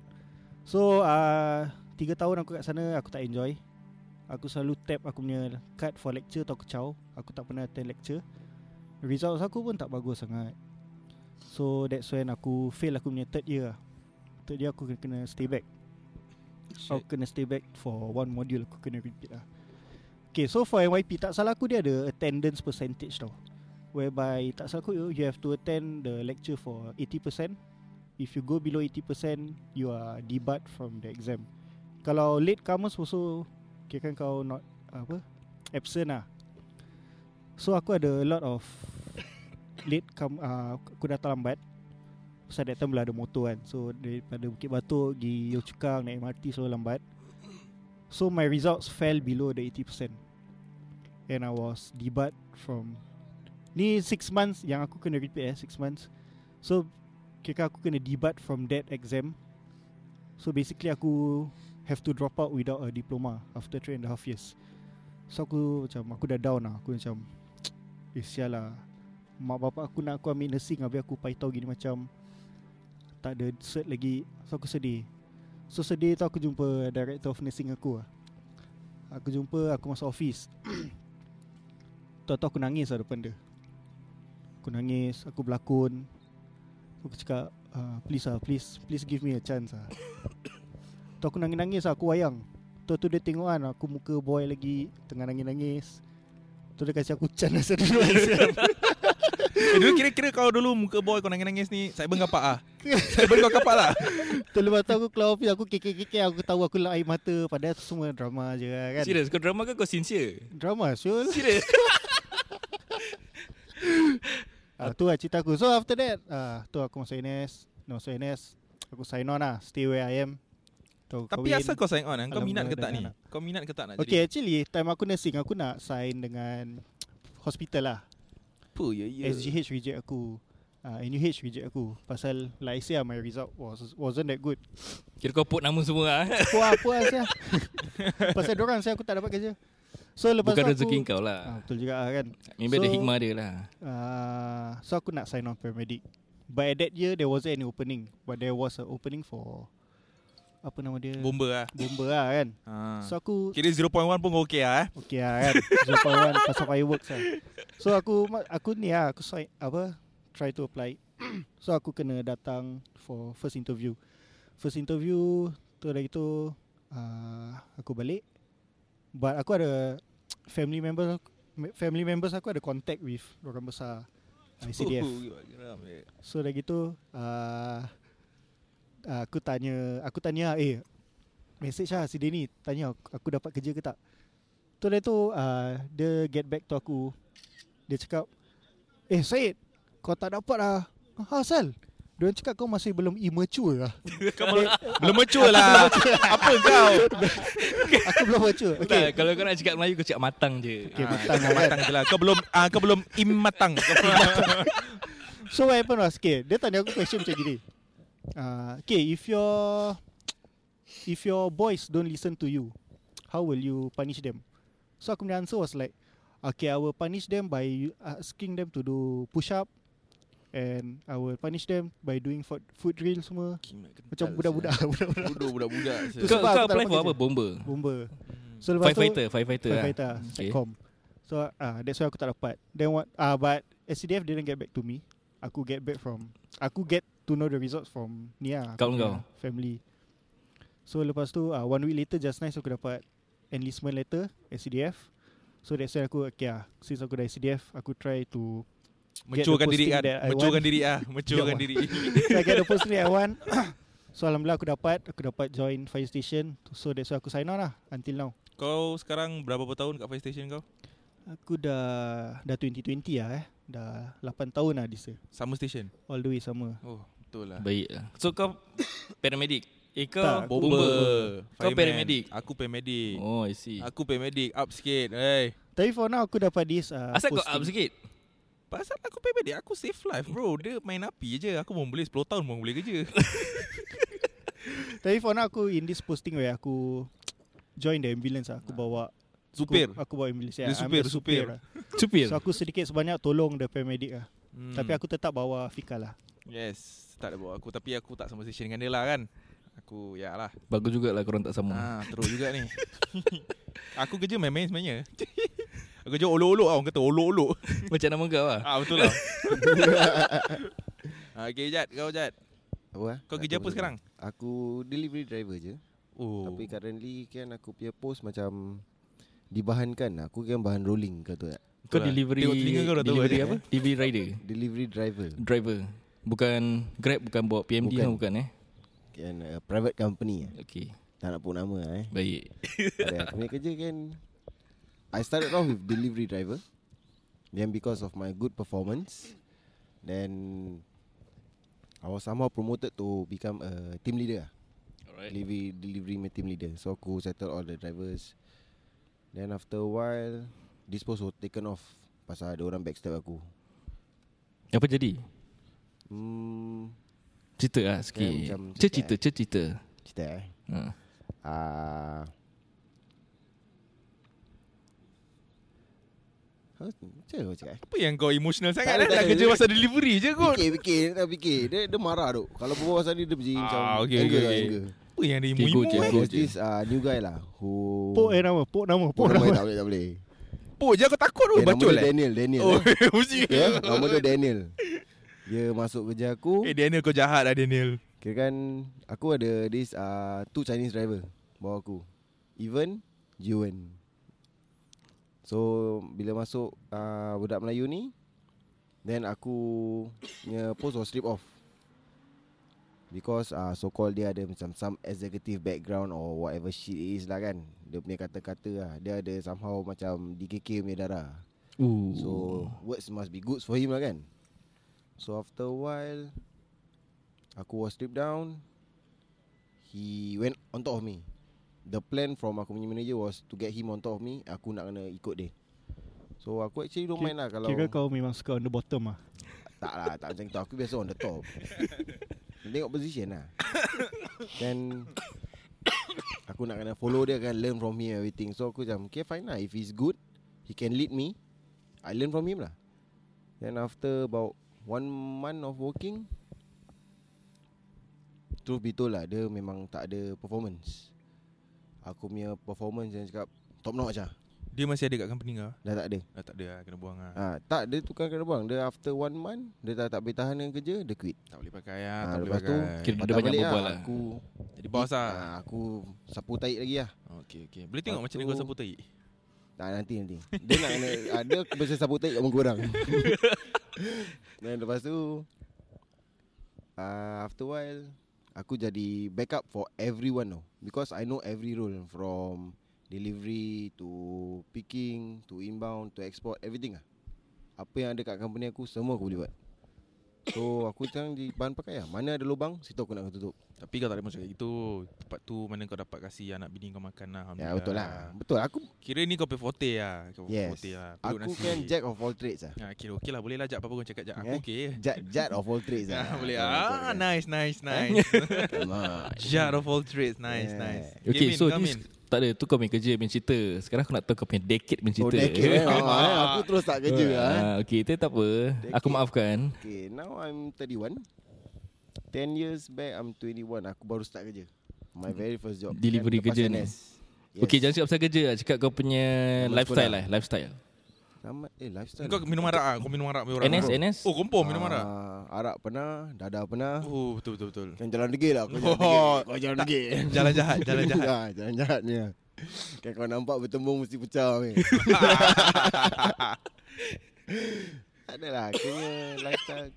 Speaker 3: So uh, Tiga tahun aku kat sana Aku tak enjoy Aku selalu tap aku punya card for lecture tu aku caw Aku tak pernah attend lecture Results aku pun tak bagus sangat So that's when aku fail aku punya third year lah. Third year aku kena, kena stay back Shit. Aku kena stay back for one module Aku kena repeat lah Okay so for NYP Tak salah aku dia ada attendance percentage tau Whereby tak salah aku you- You have to attend the lecture for 80% If you go below 80% You are debarred from the exam Kalau late comers also Kira kan kau not Apa Absent lah So aku ada a lot of Late come uh, Aku datang lambat Pasal that time bila ada motor kan So daripada Bukit Batok Pergi Yio Chu-Kang Naik MRT selalu lambat So my results fell below the 80% And I was debarred from Ni 6 months Yang aku kena repeat eh 6 months So Kira aku kena debarred from that exam So basically aku Have to drop out without a diploma After 3 and a half years So aku macam Aku dah down lah Aku macam Eh sial lah Mak bapak aku nak aku ambil nursing Habis aku paitau gini macam Tak ada cert lagi So aku sedih So sedih tu aku jumpa Director of nursing aku lah Aku jumpa Aku masuk office Tahu-tahu aku nangis lah depan dia Aku nangis Aku berlakon Aku cakap ah, Please lah Please Please give me a chance lah Tu aku nangis-nangis lah Aku wayang Tu tu dia tengok kan Aku muka boy lagi Tengah nangis-nangis Tu dia kasi aku chance Masa dulu kan,
Speaker 4: Eh, dulu kira-kira kau dulu muka boy kau nangis-nangis ni Cyber kapak ah. Cyber kau kapak lah.
Speaker 3: Tu lepas tu aku keluar office Aku kekek-kekek Aku tahu aku lah air mata Padahal tu semua drama je lah kan
Speaker 2: Serius kau drama ke kau sincere?
Speaker 3: Drama sure
Speaker 2: Serius?
Speaker 3: Ah, tu lah cerita aku So after that ah, Tu aku masuk NS No masuk NS Aku sign on lah Stay where I am tu,
Speaker 4: Tapi
Speaker 3: kahwin.
Speaker 4: asal kau sign on ah?
Speaker 3: Alhamdulillah
Speaker 4: Kau minat ke tak
Speaker 3: dah
Speaker 4: ni?
Speaker 3: anak.
Speaker 4: Kau minat ke tak nak
Speaker 3: Okay
Speaker 4: jadi?
Speaker 3: actually Time aku nursing Aku nak sign dengan Hospital lah
Speaker 4: Apa ya ya.
Speaker 3: SGH reject aku uh, NUH reject aku Pasal Like I say lah, My result was, Wasn't that good
Speaker 2: Kira kau put nama semua ah.
Speaker 3: Puas puas lah Pasal dorang saya Aku tak dapat kerja So lepas
Speaker 2: Bukan
Speaker 3: tu
Speaker 2: rezeki
Speaker 3: aku,
Speaker 2: kau
Speaker 3: ah,
Speaker 2: lah.
Speaker 3: Betul juga lah kan
Speaker 2: Maybe ada
Speaker 3: so-
Speaker 2: hikmah dia lah.
Speaker 3: uh, So aku nak sign on paramedic But at that year There wasn't any opening But there was an opening for Apa nama dia
Speaker 4: Bomba ah.
Speaker 3: Bomber lah kan
Speaker 4: Ha.
Speaker 2: Ah.
Speaker 3: So aku
Speaker 4: Kira 0.1 pun kau okey ah. eh?
Speaker 3: Okay lah kan Zopawan pasal fireworks lah So aku ma- Aku ni lah Aku sign, apa Try to apply So aku kena datang For first interview First interview Tu dah gitu uh, Aku balik But aku ada Family members aku, Family members aku ada contact with Orang besar ICDF
Speaker 4: Oh, geram, eh.
Speaker 3: So dah gitu uh, uh, Aku tanya Aku tanya Eh Message lah si Denny Tanya aku, aku dapat kerja ke tak Tu dah tu uh, Dia get back to aku Dia cakap Eh Syed Kau tak dapat lah Ha asal Dia cakap kau masih belum immature lah
Speaker 4: Kau belum- belum mature lah. Apa kau?
Speaker 3: Aku belum mature
Speaker 2: Okay. Tak,
Speaker 3: Okay
Speaker 2: kalau kau nak cakap Melayu kau cakap matang je.
Speaker 3: Okay,
Speaker 4: Ah,
Speaker 3: matang
Speaker 4: kau
Speaker 3: lah kan.
Speaker 4: matang je lah. Kau belum ah kau belum immatang. Kau belum-
Speaker 3: So what happened was okay, Dia tanya aku question macam gini uh, Okay if your If your boys don't listen to you How will you punish them So aku punya answer was like Okay I will punish them by asking them to do push up And I will punish them by doing food, food drill semua Macam budak-budak Budak-budak
Speaker 4: Bodoh budak-budak. sia.
Speaker 3: Tu
Speaker 2: Kau,
Speaker 3: sebab
Speaker 2: kau
Speaker 3: aku tak
Speaker 2: apply
Speaker 3: dapat
Speaker 2: for
Speaker 3: kerja.
Speaker 2: apa? Bomber.
Speaker 3: Bomber So lepas tu
Speaker 2: Firefighter, firefighter. lah.
Speaker 3: Firefighter
Speaker 2: Okay.
Speaker 3: Satcom So uh, that's why aku tak dapat Then what uh, But SCDF didn't get back to me Aku get back from Aku get to know the results from Ni lah aku
Speaker 2: Kawan
Speaker 3: punya
Speaker 2: kau?
Speaker 3: Family So lepas tu uh, One week later just nice aku dapat Enlistment letter SCDF So that's why aku Okay lah Since aku dah SCDF Aku try to Get the
Speaker 4: Mencurkan diri
Speaker 3: posting
Speaker 4: kan.
Speaker 3: that I
Speaker 4: Mencurkan
Speaker 3: want.
Speaker 4: diri ah. Mencurkan
Speaker 3: Ya,
Speaker 4: diri.
Speaker 3: So I get the posting that I want So Alhamdulillah aku dapat Aku dapat join fire station So that's why aku sign on lah Until now
Speaker 4: Kau sekarang berapa tahun kat fire station kau?
Speaker 3: Aku dah Dah 2020 lah eh Dah 8 tahun lah this year
Speaker 4: Summer station.
Speaker 3: All the way sama
Speaker 4: Oh, betul lah.
Speaker 2: Baik lah. So kau paramedic. Eh kau
Speaker 3: Tak, aku
Speaker 2: bomber. Kau
Speaker 4: Fireman.
Speaker 2: paramedic.
Speaker 4: Aku paramedic.
Speaker 2: Oh, I see.
Speaker 4: Eh. Aku paramedic up sikit. Hey.
Speaker 3: Tapi for now aku dapat this uh,
Speaker 2: Asal kau up
Speaker 3: posting.
Speaker 2: sikit?
Speaker 4: Pasal aku paramedic aku save life bro. Dia main api je. Aku pun boleh 10 tahun pun boleh kerja.
Speaker 3: Tapi for now aku in this posting where aku Join the ambulance lah. Aku bawa
Speaker 4: Ah. Supir.
Speaker 3: aku, aku bawa ambulance
Speaker 4: Dia
Speaker 3: yeah, I'm
Speaker 4: supir,
Speaker 3: the
Speaker 4: supir.
Speaker 3: lah.
Speaker 2: Supir.
Speaker 3: So aku sedikit sebanyak tolong the paramedic lah
Speaker 4: Hmm.
Speaker 3: Tapi aku tetap bawa Fika lah
Speaker 4: Yes. tak ada bawa aku Tapi aku tak sama station dengan dia lah kan Aku ya lah
Speaker 2: Bagus jugalah korang tak sama
Speaker 4: ah, Teruk juga ni Aku kerja main-main sebenarnya Aku kerja olok-olok lah Orang kata olok-olok
Speaker 2: Macam nama kau lah
Speaker 4: Ah betul lah ah, Okay Jad Kau Jad
Speaker 5: Apa lah?
Speaker 4: Kau kerja apa sekarang?
Speaker 5: Aku delivery driver je
Speaker 4: Oh
Speaker 5: Tapi currently kan aku punya post macam Dibahankan Aku kan bahan rolling kau tahu tak
Speaker 2: Kau
Speaker 4: Betul lah.
Speaker 2: delivery
Speaker 4: Tengok telinga kau dah tahu
Speaker 2: Delivery
Speaker 4: eh.
Speaker 2: apa? Delivery rider
Speaker 5: Delivery driver
Speaker 2: Driver Bukan Grab Bukan bawa PMD
Speaker 5: Bukan.
Speaker 2: Bukan, bukan eh
Speaker 5: kan, uh, Private company eh.
Speaker 2: Okay
Speaker 5: Tak nak pun nama eh
Speaker 2: Baik
Speaker 5: Ada aku punya kerja kan I started off with delivery driver Then because of my good performance Then I was somehow promoted to become a team leader lah.
Speaker 2: Alright
Speaker 5: Delivery, delivery my team leader So aku settle all the drivers Then after a while This post was taken off Pasal ada orang backstab aku
Speaker 2: Apa jadi?
Speaker 5: Hmm
Speaker 2: Cerita lah sikit
Speaker 5: Ya, macam
Speaker 2: Cerita
Speaker 5: cakap,
Speaker 2: Cerita
Speaker 5: Cerita eh
Speaker 2: ha.
Speaker 5: uh, How, macam mana aku cakap eh?
Speaker 4: Apa yang kau emotional sangat lah
Speaker 5: ada, tak
Speaker 4: Nak
Speaker 5: ada.
Speaker 4: kerja pasal delivery je kot
Speaker 5: Fikir, fikir, dia tak fikir Dia, dia marah tu Kalau berbual pasal ni Dia macam macam
Speaker 4: Ah, okay,
Speaker 5: anger,
Speaker 4: okay, okay.
Speaker 5: anger.
Speaker 4: Apa yang dia
Speaker 2: Cikgu
Speaker 4: imu-imu
Speaker 2: je.
Speaker 4: eh
Speaker 2: Cikgu.
Speaker 5: There's this uh, new guy lah Who
Speaker 3: Pok eh nama Pok nama
Speaker 5: Pok
Speaker 3: Pok
Speaker 5: nama dia
Speaker 3: nama
Speaker 5: tak boleh, tak boleh
Speaker 4: Po je aku Oh, takut tu
Speaker 5: Eh, Nama
Speaker 4: Bacol
Speaker 5: dia
Speaker 4: eh
Speaker 5: Daniel Daniel
Speaker 4: Oh
Speaker 5: eh.
Speaker 4: mesti
Speaker 5: Ya, Nama dia Daniel Dia masuk kerja aku
Speaker 4: Eh Daniel kau jahat lah Daniel
Speaker 5: Kira kan Aku ada this uh, Two Chinese driver Bawa aku Even Juan So Bila masuk uh, Budak Melayu ni Then aku punya post was strip off Because uh, so called dia ada macam Some executive background Or whatever shit it is lah kan Dia punya kata-kata lah Dia ada somehow macam DKK punya darah
Speaker 2: Ooh.
Speaker 5: So words must be good for him lah kan So after a while Aku was stripped down He went on top of me The plan from aku punya manager was To get him on top of me Aku nak kena ikut dia So aku actually don't
Speaker 3: Ki-
Speaker 5: mind lah Kalau
Speaker 3: Kira kau memang suka on the bottom lah
Speaker 5: tak lah Tak macam tu Aku biasa on the top Tengok position lah Then Aku nak kena follow dia kan Learn from him everything So aku macam Okay fine lah If he's good He can lead me I learn from him lah Then after about One month of working Truth be told lah Dia memang tak ada performance Aku punya performance Yang cakap Top notch lah
Speaker 4: Dia masih ada kat company kau
Speaker 5: Dah tak ada
Speaker 4: Dah tak ada lah Kena buang lah
Speaker 5: ha, Tak dia tukar kena buang Dia after one month Dia dah tak boleh tahan dengan kerja Dia quit
Speaker 4: Tak boleh pakai lah Tak
Speaker 5: Ah,
Speaker 4: boleh
Speaker 5: lepas tu,
Speaker 4: pakai
Speaker 2: Kira
Speaker 5: Patah
Speaker 2: dia banyak
Speaker 5: balik
Speaker 2: berbual lah
Speaker 5: Aku
Speaker 4: Jadi bos lah
Speaker 5: ah, Aku sapu taik lagi lah
Speaker 4: Okay okay Boleh tengok macam mana kau
Speaker 5: Lepas tu-
Speaker 4: sapu tahi
Speaker 5: Tak nanti nanti Dia nak kena Ada biasa sapu taik kat muka orang Dan lepas tu uh, After a while Aku jadi backup for everyone tau Because I know every role From delivery To picking To inbound To export Everything lah Apa yang ada kat company aku Semua aku boleh buat So aku sekarang di bahan pakai lah Mana ada lubang Situ aku nak tutup
Speaker 4: Tapi kau tak boleh masuk kat itu Tempat tu mana kau dapat kasih anak bini kau makan lah Alhamdulillah
Speaker 5: Ya betul lah Betul aku
Speaker 4: Kira ni kau pay forte lah Kau pay
Speaker 5: Yes.
Speaker 4: forte lah Perut
Speaker 5: Aku
Speaker 4: nasi.
Speaker 5: kan jack of all trades lah
Speaker 4: ha, Kira okey lah boleh lah Jat apa-apa kau cakap Jat Aku
Speaker 5: Eh?
Speaker 4: okey
Speaker 5: Jack, jack of all trades
Speaker 4: Ya,
Speaker 5: lah
Speaker 4: boleh.
Speaker 5: Betul, betul, Eh?
Speaker 4: Ah,
Speaker 5: betul.
Speaker 4: nice, nice, nice.
Speaker 5: Come on.
Speaker 4: Jar of all trades, nice,
Speaker 5: Yeah.
Speaker 4: nice.
Speaker 2: Okay,
Speaker 4: Gamin,
Speaker 2: so
Speaker 4: gamin.
Speaker 2: this tak ada tu kau punya kerja punya cerita. Sekarang aku nak tahu kau punya decade punya
Speaker 5: Oh
Speaker 2: cerita.
Speaker 5: decade eh. Oh, eh. Aku terus tak kerja lah eh.
Speaker 2: Ah, okay, tapi tak apa. Aku
Speaker 5: Decade.
Speaker 2: maafkan.
Speaker 5: Okay now I'm 31 10 years back I'm 21 Aku baru start kerja My very first job
Speaker 2: Hmm. Delivery
Speaker 5: Kan, lepas
Speaker 2: kerja ni.
Speaker 5: NS. Yes.
Speaker 2: Okay, jangan cakap pasal kerja lah. Cakap kau punya
Speaker 5: Zaman
Speaker 2: lifestyle
Speaker 5: sekolah.
Speaker 2: lah. Lifestyle.
Speaker 5: Lama, Eh lifestyle
Speaker 4: Kau minum arak ah, kau minum arak punya orang.
Speaker 2: NS, NS.
Speaker 4: Oh, kompor minum arak.
Speaker 5: Ah, Arak pernah Dadah pernah
Speaker 4: Oh, betul betul betul.
Speaker 5: Kan jalan degil lah Kau
Speaker 4: Oh,
Speaker 5: jalan degil Kau jalan
Speaker 4: tak-
Speaker 5: degil
Speaker 4: Jalan jahat, jalan jahat.
Speaker 5: Ah, Jalan jahat ni lah. Kan kau nampak bertembung Mesti pecah weh. Tak adalah lah, Kena lifestyle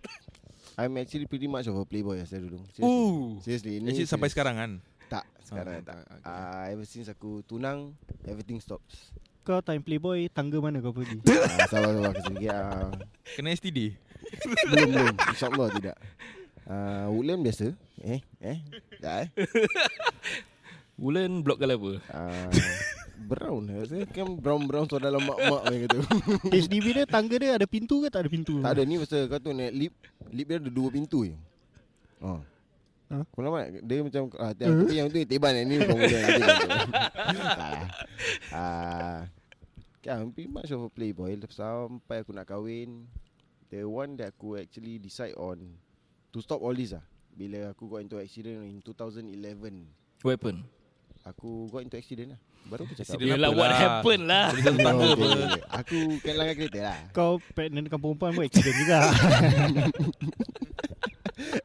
Speaker 5: I'm actually pretty much of a playboy lah saya dulu Seriously,
Speaker 4: Ooh.
Speaker 5: Seriously ni
Speaker 4: Actually sampai sekarang kan.
Speaker 5: Tak sekarang
Speaker 4: Ah,
Speaker 5: tak
Speaker 4: tak, okay.
Speaker 5: Ah, Ever since aku tunang Everything stops
Speaker 3: Kau time playboy Tangga mana kau pergi
Speaker 5: Ah, Sabar sabar aku sedikit ah,
Speaker 4: Kena STD.
Speaker 5: Belum belum InsyaAllah tidak uh, Woodland biasa Eh Eh Tak eh
Speaker 2: Wulan blok kau apa?
Speaker 5: Ah, Brown lah Saya kan brown-brown Suara dalam mak-mak Yang kata
Speaker 3: Hmm. HDB dia tangga dia ada pintu ke tak ada pintu
Speaker 5: Tak ada ni pasal kau tu naik lip Lip dia ada dua pintu je Ha
Speaker 3: Huh?
Speaker 5: Kau nampak Dia macam ah, tiap, tapi Yang tu teban yang ni Kau boleh yang tu. Tak lah Ah, Kan I'm pretty much of a playboy Sampai aku nak kahwin The one that aku actually decide on To stop all this lah Bila aku got into accident in 2011
Speaker 2: What happened?
Speaker 5: Aku got into accident lah Baru aku cakap
Speaker 4: Accident
Speaker 2: Yelah
Speaker 4: apa
Speaker 2: what
Speaker 4: lah?
Speaker 2: happened lah
Speaker 5: Oh, okay, okay. Aku kehilangan kereta lah
Speaker 3: Kau pregnant dengan perempuan pun accident juga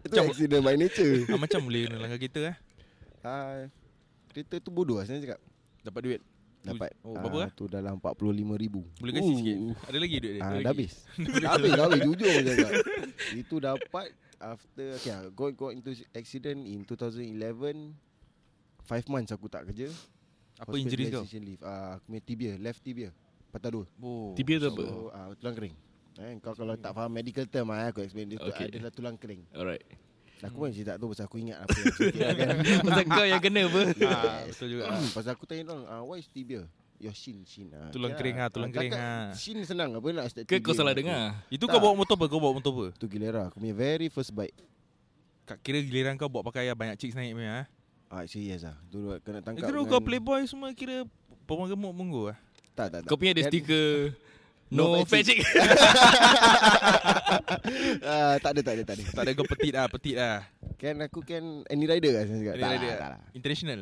Speaker 5: Itu accident by nature
Speaker 4: ah, Macam boleh kena langgar kereta eh
Speaker 5: Ah, Kereta tu bodoh lah sebenarnya cakap
Speaker 4: Oh, Dapat duit
Speaker 5: Dapat
Speaker 4: Oh, berapa lah?
Speaker 5: Ah, Tu dalam 45,000
Speaker 4: Boleh kasih
Speaker 5: Ooh.
Speaker 4: sikit Ada lagi duit dia
Speaker 5: Ah,
Speaker 4: Ada
Speaker 5: dah
Speaker 4: lagi?
Speaker 5: habis Dah habis Dah habis Jujur je cakap Itu dapat After okay, ah, Got got into accident In 2011 Five months aku tak kerja
Speaker 4: Apa injuries kau?
Speaker 5: Hospitalisation leave Ah, Aku punya tibia Left tibia Patah dua
Speaker 4: Oh.
Speaker 2: TBA tu apa?
Speaker 5: So ah, Tulang kering Eh, kau kalau tak faham medical term ah, Aku explain dia tu
Speaker 2: Okay.
Speaker 5: adalah tulang kering
Speaker 2: Alright
Speaker 5: Aku
Speaker 4: Hmm.
Speaker 5: pun cerita tu Pasal aku ingat apa yang aku kira kan Hmm,
Speaker 2: Pasal kau yang kena apa?
Speaker 4: Ah, betul juga. Ah.
Speaker 5: Pasal aku tanya orang ah, Why is tibia? Your shin, shin ah.
Speaker 4: Tulang
Speaker 5: Ya,
Speaker 4: kering ah, tulang kering
Speaker 5: cakap
Speaker 4: ah.
Speaker 5: Shin senang apa nak start
Speaker 2: Ke
Speaker 5: tibia
Speaker 2: kau salah
Speaker 5: macam tu.
Speaker 2: dengar?
Speaker 4: Itu
Speaker 5: Tak.
Speaker 4: kau bawa motor apa? Kau bawa motor apa?
Speaker 5: Tu gilera Aku punya very first bike
Speaker 4: Kak kira giliran kau bawa pakai yang banyak chicks naik punya ah.
Speaker 5: Ah, serius lah Dulu kena tangkap
Speaker 4: Kira
Speaker 5: dengan-
Speaker 4: kau playboy semua kira perempuan gemuk munggu ah.
Speaker 5: Tak, tak, tak
Speaker 2: Kau punya ada
Speaker 5: Kan-
Speaker 2: stiker
Speaker 5: No
Speaker 2: No, no
Speaker 5: fat
Speaker 2: fat chick
Speaker 5: Ah, Tak ada, tak ada, tak ada
Speaker 4: Tak ada kau petit ah, petit ah.
Speaker 5: Kan aku kan Any rider lah saya cakap
Speaker 4: Ini
Speaker 5: Tak
Speaker 4: dia
Speaker 5: lah,
Speaker 4: dia.
Speaker 5: tak lah
Speaker 4: International.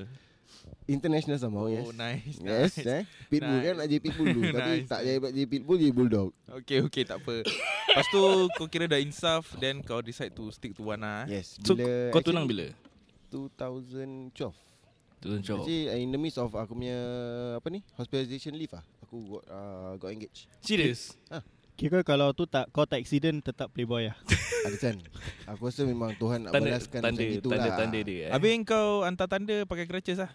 Speaker 5: International sama
Speaker 4: Oh,
Speaker 5: yes
Speaker 4: nice.
Speaker 5: Yes,
Speaker 4: nice.
Speaker 5: eh Pitbull
Speaker 4: Nice.
Speaker 5: kan nak jadi pitbull dulu Tapi
Speaker 4: Nice.
Speaker 5: tak jadi jadi pitbull Jadi bulldog
Speaker 4: Okay, okay, tak apa. Lepas tu kau kira dah insaf then kau decide to stick to one ah.
Speaker 5: Yes
Speaker 2: So
Speaker 5: bila,
Speaker 2: kau tunang bila?
Speaker 5: actually 2012
Speaker 2: Tunang cowok
Speaker 5: Actually eh, in the midst of Aku punya Apa ni Hospitalization leave lah Aku got, uh, got engaged
Speaker 2: Serius?
Speaker 3: Kira kalau tu tak Kau tak accident Tetap playboy lah
Speaker 5: Ada kan Aku rasa memang Tuhan nak
Speaker 2: Tanda,
Speaker 5: balaskan
Speaker 2: tanda,
Speaker 5: macam itulah
Speaker 2: tanda, tanda dia eh.
Speaker 4: Habis kau hantar tanda pakai crutches ah.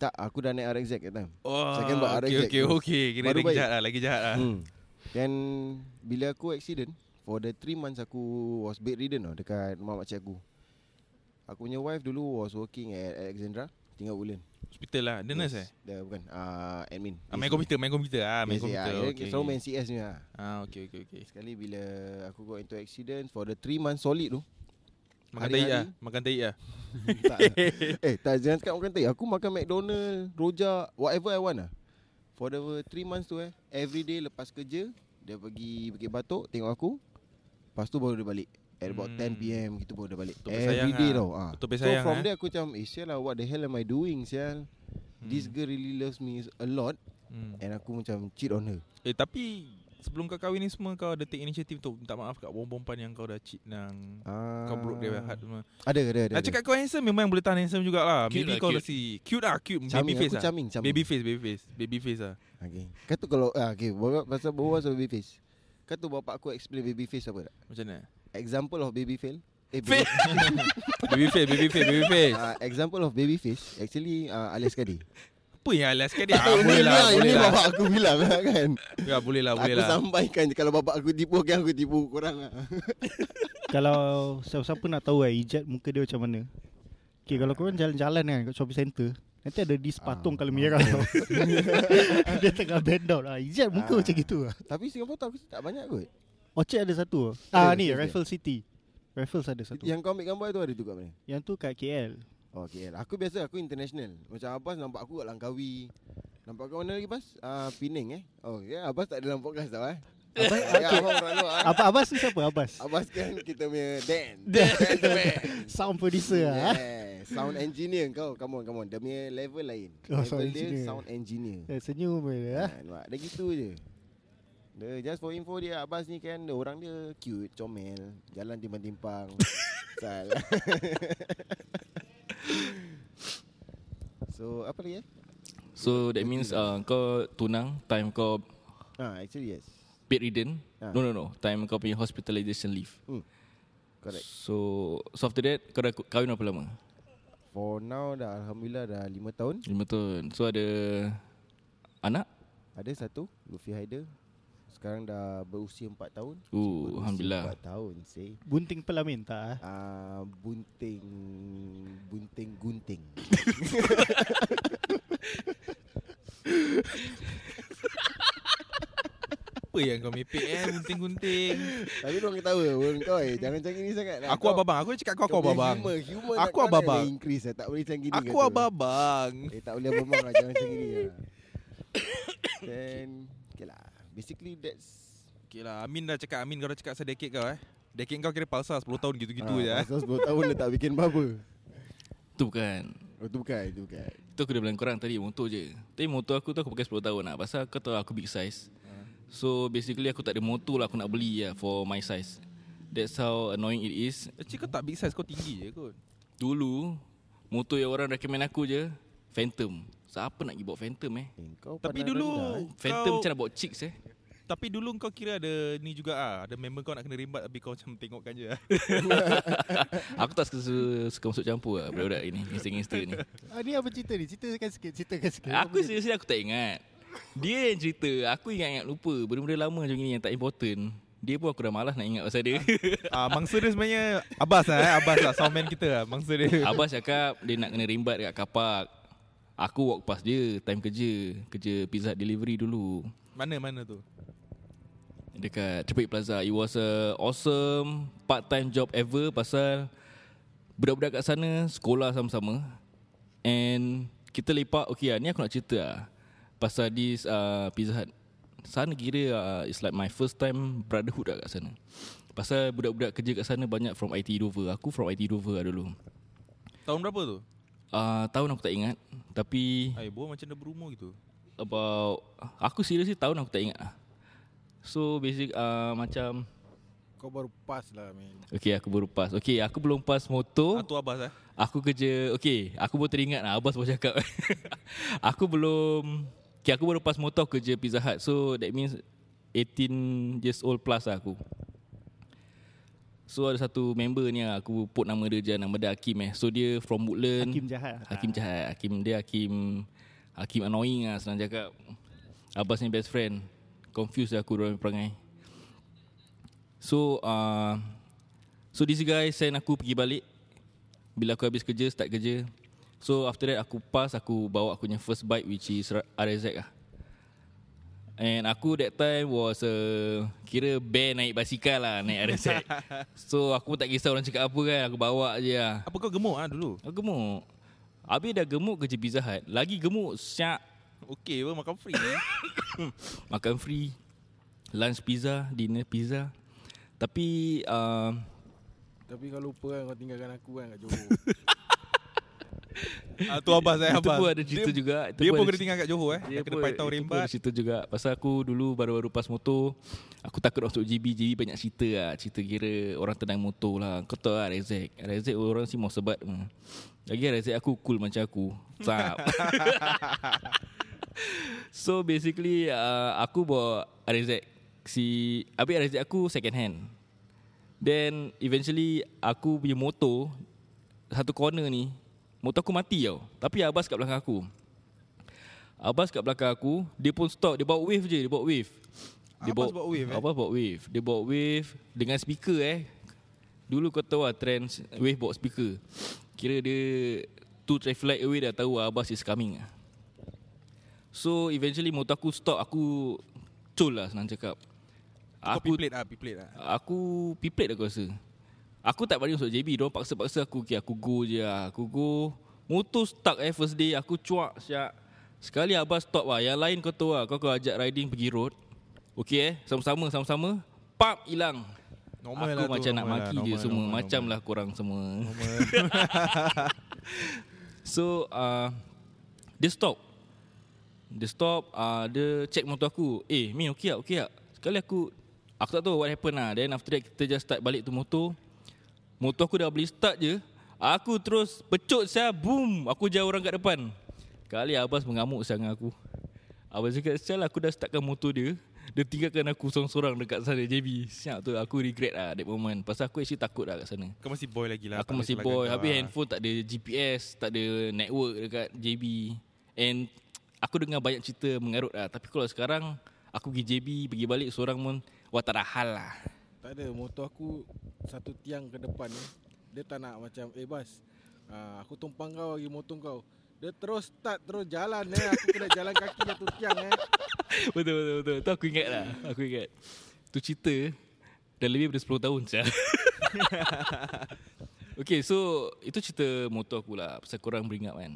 Speaker 5: Tak aku dah naik RX that time
Speaker 4: Oh,
Speaker 5: Second buat
Speaker 4: okay,
Speaker 5: RX.
Speaker 4: okay, okay. Kira
Speaker 5: Baru
Speaker 4: lagi
Speaker 5: baik.
Speaker 4: jahat lah, lagi jahat
Speaker 2: Ah.
Speaker 4: lah.
Speaker 5: Hmm. Then bila aku accident for the 3 months aku was bedridden tau dekat mak makcik aku. Aku punya wife dulu was working at Alexandra, tinggal Ulen.
Speaker 4: Hospital lah. Dia nurse eh?
Speaker 5: Dah bukan uh, admin.
Speaker 4: Ah, main komputer, main komputer. Ah, main
Speaker 5: Yes,
Speaker 4: komputer.
Speaker 5: yeah, dia
Speaker 4: Okay,
Speaker 5: Selalu
Speaker 4: okay.
Speaker 5: main CS ni lah.
Speaker 4: Ah, okay, okay, okay.
Speaker 5: Sekali bila aku got into accident for the 3 months solid tu.
Speaker 4: Makan tahi
Speaker 5: Hari-hari.
Speaker 4: ah, makan tahi ah.
Speaker 5: tak. eh, tak jangan cakap makan teh. Aku makan McDonald, rojak, whatever I want lah. For the 3 months tu eh, every day lepas kerja, dia pergi Bukit Batok tengok aku. Lepas tu baru dia balik. At about
Speaker 4: Hmm.
Speaker 5: 10 PM gitu baru dia balik.
Speaker 4: Betul
Speaker 5: every
Speaker 4: bersayang
Speaker 5: day
Speaker 4: ah.
Speaker 5: tau. Ah.
Speaker 4: Betul bersayang Hmm.
Speaker 5: so from
Speaker 4: ah.
Speaker 5: there aku macam, eh sial lah what the hell am I doing sial. This girl really loves me a lot
Speaker 4: Hmm.
Speaker 5: And aku macam cheat on her
Speaker 4: Eh, tapi sebelum kau kahwin ni semua kau ada take initiative untuk minta maaf kat perempuan yang kau dah cheat nang
Speaker 5: ah.
Speaker 4: kau broke their heart semua.
Speaker 5: Ada ada ada
Speaker 4: Nak
Speaker 5: ada.
Speaker 4: cakap kau handsome memang boleh tahan handsome jugalah.
Speaker 2: Cute
Speaker 4: Maybe
Speaker 2: lah,
Speaker 4: kau
Speaker 2: cute.
Speaker 4: rasa cute lah, cute baby
Speaker 5: Charming,
Speaker 4: face
Speaker 5: aku
Speaker 4: ah.
Speaker 5: charming, charming.
Speaker 4: Baby face, baby face, baby face ah.
Speaker 5: Okay Kau tu kalau ah, Okay bawa- Pasal bawa pasal baby face Kau tu bapak aku explain baby face apa tak?
Speaker 4: Macam mana?
Speaker 5: Example of baby fail Eh,
Speaker 2: Fail.
Speaker 4: baby face, baby face, baby face.
Speaker 5: uh, example of baby face actually uh, alias Kadi.
Speaker 4: Apa yang alas kan dia? Ah, boleh lah,
Speaker 5: ini
Speaker 4: boleh lah.
Speaker 5: bapak aku bilang lah kan.
Speaker 4: Ya, boleh lah, boleh
Speaker 5: aku
Speaker 4: lah.
Speaker 5: sampaikan je, kalau bapak aku tipu kan aku tipu korang lah.
Speaker 3: Kalau siapa-siapa nak tahu eh Ijat muka dia macam mana Okay kalau korang jalan-jalan kan Kat shopping center Nanti ada dis Ah, patung kalau merah tau Dia tengah bend down ah, Ijat muka
Speaker 5: Ah.
Speaker 3: macam gitu lah
Speaker 5: Tapi Singapura tahu aku tak banyak kot.
Speaker 3: Orchard ada satu
Speaker 5: Ada,
Speaker 3: Ah ni
Speaker 5: ada.
Speaker 3: Raffles City Raffles ada satu Yang,
Speaker 5: Yang kau ambil gambar tu ada tu kat mana?
Speaker 3: tu kat KL
Speaker 5: Oh KL. Aku biasa aku international. Macam Abbas nampak aku kat Langkawi. Nampak kau mana lagi Bas? Uh, Penang eh. Oh ya yeah, Abbas tak ada dalam podcast tau eh. Abbas,
Speaker 3: Ah,
Speaker 5: ya, Abbas orang luar. eh.
Speaker 3: Apa Abbas ni siapa Abbas?
Speaker 5: Abbas kan kita punya Dan. Kan, Dan. the man.
Speaker 3: Sound producer lah ah.
Speaker 5: Yeah, sound engineer kau. Come on, come on. Dia punya level lain.
Speaker 3: Oh,
Speaker 5: level
Speaker 3: sound
Speaker 5: dia
Speaker 3: engineer.
Speaker 5: sound engineer.
Speaker 3: Eh, Senyum je dia ah.
Speaker 5: Ha, nampak? Dia gitu je. Dia just for info dia Abbas ni kan dia orang dia cute, comel, jalan timpang-timpang. Salah. so apa lagi eh?
Speaker 2: So that means uh, kau tunang time kau
Speaker 5: Ha, actually yes.
Speaker 2: bedridden.
Speaker 5: Ah.
Speaker 2: No no no, time kau punya hospitalization leave.
Speaker 5: Hmm. Correct.
Speaker 2: So so after that kau dah kahwin berapa lama?
Speaker 5: For now dah alhamdulillah dah 5 tahun.
Speaker 2: 5 tahun. So ada anak?
Speaker 5: Ada satu Luffy Haider. Sekarang dah berusia 4 tahun.
Speaker 2: Oh, alhamdulillah.
Speaker 5: 4 tahun sih.
Speaker 3: Bunting pelamin tak ah?
Speaker 5: Ah, bunting bunting gunting.
Speaker 4: Apa yang kau mepek eh, gunting-gunting.
Speaker 5: Tapi orang ketawa pun kau eh jangan macam gini sangat. lah.
Speaker 4: Aku
Speaker 5: Kau-
Speaker 4: abang-abang, aku cakap kau aku
Speaker 5: kau punya
Speaker 4: abang-abang.
Speaker 5: Humor, humor
Speaker 4: Aku
Speaker 5: nak- kau nak
Speaker 4: abang-abang.
Speaker 5: Increase lah. Tak boleh macam gini.
Speaker 4: Aku
Speaker 5: kata orang.
Speaker 4: abang-abang.
Speaker 5: Eh tak boleh abang-abang lah. Jangan macam gini lah. Then, okay lah. Basically that's
Speaker 4: Okay lah Amin dah cakap Amin kau dah cakap sedikit kau eh Dekit kau kira palsa 10 tahun gitu-gitu je eh.
Speaker 5: Pasal 10 tahun dia tak bikin apa-apa
Speaker 2: Tu bukan
Speaker 5: Oh tu bukan Itu bukan
Speaker 2: Tu aku dah bilang korang tadi motor je Tapi motor aku tu aku pakai 10 tahun lah Pasal kau tahu aku big size So basically aku tak ada motor lah aku nak beli lah For my size That's how annoying it is
Speaker 4: Actually kau tak big size Kau tinggi je kot
Speaker 2: Dulu Motor yang orang recommend aku je Phantom Siapa nak pergi bawa Phantom eh
Speaker 5: eh, kau
Speaker 4: Tapi
Speaker 5: pandang
Speaker 4: dulu
Speaker 5: rendah, eh.
Speaker 2: Phantom
Speaker 4: kau,
Speaker 2: macam nak bawa chicks eh
Speaker 4: Tapi dulu kau kira ada Ni juga ah Ada member kau nak kena rembat Tapi kau macam tengokkan je ah.
Speaker 2: Aku tak suka, suka masuk campur lah Budak-budak ini Gangster-gangster ni
Speaker 3: Ah, ni apa cerita ni? Ceritakan sikit, ceritakan sikit.
Speaker 2: Aku seriously aku tak ingat Dia yang cerita Aku ingat-ingat lupa Benda-benda lama macam ni Yang tak important Dia pun aku dah malas nak ingat pasal dia
Speaker 4: Ah, mangsa dia sebenarnya Abbas lah eh. Abbas lah soundman kita lah Mangsa dia
Speaker 2: Abah cakap Dia nak kena rimbat dekat kapak Aku walk past dia Time kerja Kerja pizza Hut delivery dulu
Speaker 4: Mana mana tu
Speaker 2: Dekat Tripik Plaza It was a awesome Part-time job ever Pasal Budak-budak kat sana Sekolah sama-sama And Kita lepak Okay lah Ni aku nak cerita lah Pasal this uh, Pizza Hut Sana kira uh, It's like my first time Brotherhood lah kat sana Pasal budak-budak kerja kat sana Banyak from IT Dover Aku from IT Dover lah dulu
Speaker 4: Tahun berapa tu?
Speaker 2: uh, Tahun aku tak ingat Tapi
Speaker 4: Ay, buah macam dah berumur gitu
Speaker 2: About Aku seriously tahun aku tak ingat lah So basic uh, macam
Speaker 6: Kau baru pass lah man.
Speaker 2: Okay aku baru pas Okay aku belum pas motor
Speaker 4: ah, Tu Abbas eh
Speaker 2: Aku kerja Okay Aku baru teringat lah Abbas baru cakap Aku belum Okay aku baru pas motor aku kerja Pizza Hut So that means 18 years old plus lah aku So ada satu member ni lah, Aku put nama dia je Nama dia Hakim eh So dia from Woodland
Speaker 3: Hakim jahat.
Speaker 2: Hakim jahat Hakim dia Hakim Hakim annoying lah Senang cakap Abbas ni best friend Confused lah aku Diorang perangai So uh, So this guy send aku pergi balik Bila aku habis kerja Start kerja So after that aku pass Aku bawa aku punya first bike Which is R- RSX lah And aku that time was uh, Kira bear naik basikal lah Naik RSX So aku pun tak kisah orang cakap apa kan Aku bawa je lah
Speaker 4: Apa kau gemuk ah dulu?
Speaker 2: Aku gemuk Habis dah gemuk kerja Pizza Hut Lagi gemuk syak
Speaker 4: Okey apa makan free eh
Speaker 2: Makan free Lunch pizza Dinner pizza Tapi uh,
Speaker 6: Tapi kau lupa kan kau tinggalkan aku kan kat Johor.
Speaker 4: ah, Tu Abbas eh
Speaker 2: Itu
Speaker 4: Abbas
Speaker 2: pun ada cerita
Speaker 4: dia,
Speaker 2: juga itu
Speaker 4: Dia
Speaker 2: ada
Speaker 4: pun kena tinggal kat Johor eh Dia kena
Speaker 2: pun-
Speaker 4: paitau
Speaker 2: itu pun ada
Speaker 4: rembat
Speaker 2: cerita juga Pasal aku dulu baru-baru pas motor Aku takut masuk GB GB banyak cerita lah Cerita kira orang tenang motor lah Kau tahu lah Rezek Rezek orang si mau sebat hmm. Lagi Rezek aku cool macam aku Sap So basically uh, Aku bawa Rezek Si Habis Rezek aku second hand Then eventually Aku punya motor Satu corner ni Motor aku mati tau Tapi Abbas kat belakang aku Abbas kat belakang aku Dia pun stop Dia bawa wave je Dia bawa wave
Speaker 4: Abbas bawa wave, eh?
Speaker 2: Abbas bawa wave Dia bawa wave Dengan speaker eh Dulu kau tahu lah Trend wave bawa speaker Kira dia Two traffic light away dah tahu lah, Abbas is coming lah. So eventually motor aku stop Aku Cul lah senang cakap
Speaker 4: Kau piplet lah Piplet lah
Speaker 2: Aku pipet aku rasa Aku tak berani masuk JB Diorang paksa-paksa aku okay, Aku go je lah Aku go Motor stuck eh first day Aku cuak syak Sekali Abah stop lah Yang lain kau tahu lah Kau kau ajak riding pergi road Okay eh Sama-sama Sama-sama Pap hilang Aku
Speaker 4: Normal lah tu,
Speaker 2: macam nak
Speaker 4: normal
Speaker 2: maki
Speaker 4: lah,
Speaker 2: je
Speaker 4: normal,
Speaker 2: semua
Speaker 4: normal,
Speaker 2: Macam lah korang semua So uh, Dia stop Dia stop uh, Dia check motor aku Eh Min okey tak okey tak Sekali aku Aku tak tahu what happened lah Then after that kita just start balik tu motor Motor aku dah boleh start je Aku terus pecut saya Boom Aku jauh orang kat depan Kali Abbas mengamuk saya dengan aku Abang cakap Sial lah, aku dah startkan motor dia Dia tinggalkan aku sorang-sorang dekat sana JB Siap tu aku regret lah that moment Pasal aku actually takut lah kat sana
Speaker 4: Kau masih boy lagi lah
Speaker 2: Aku
Speaker 4: tak
Speaker 2: masih
Speaker 4: boleh
Speaker 2: boy
Speaker 4: salahkan
Speaker 2: Habis
Speaker 4: kau lah.
Speaker 2: handphone tak ada GPS Tak ada network dekat JB And Aku dengar banyak cerita mengarut lah Tapi kalau sekarang Aku pergi JB Pergi balik seorang pun Wah tak ada hal lah
Speaker 6: tak ada motor aku satu tiang ke depan ni. Dia tak nak macam eh bas. ah, aku tumpang kau lagi motor kau. Dia terus start terus jalan eh aku kena jalan kaki satu tiang eh.
Speaker 2: Betul betul betul Tu aku ingat lah Aku ingat Tu cerita Dah lebih daripada 10 tahun saya. okay so Itu cerita motor aku lah Pasal korang bring up kan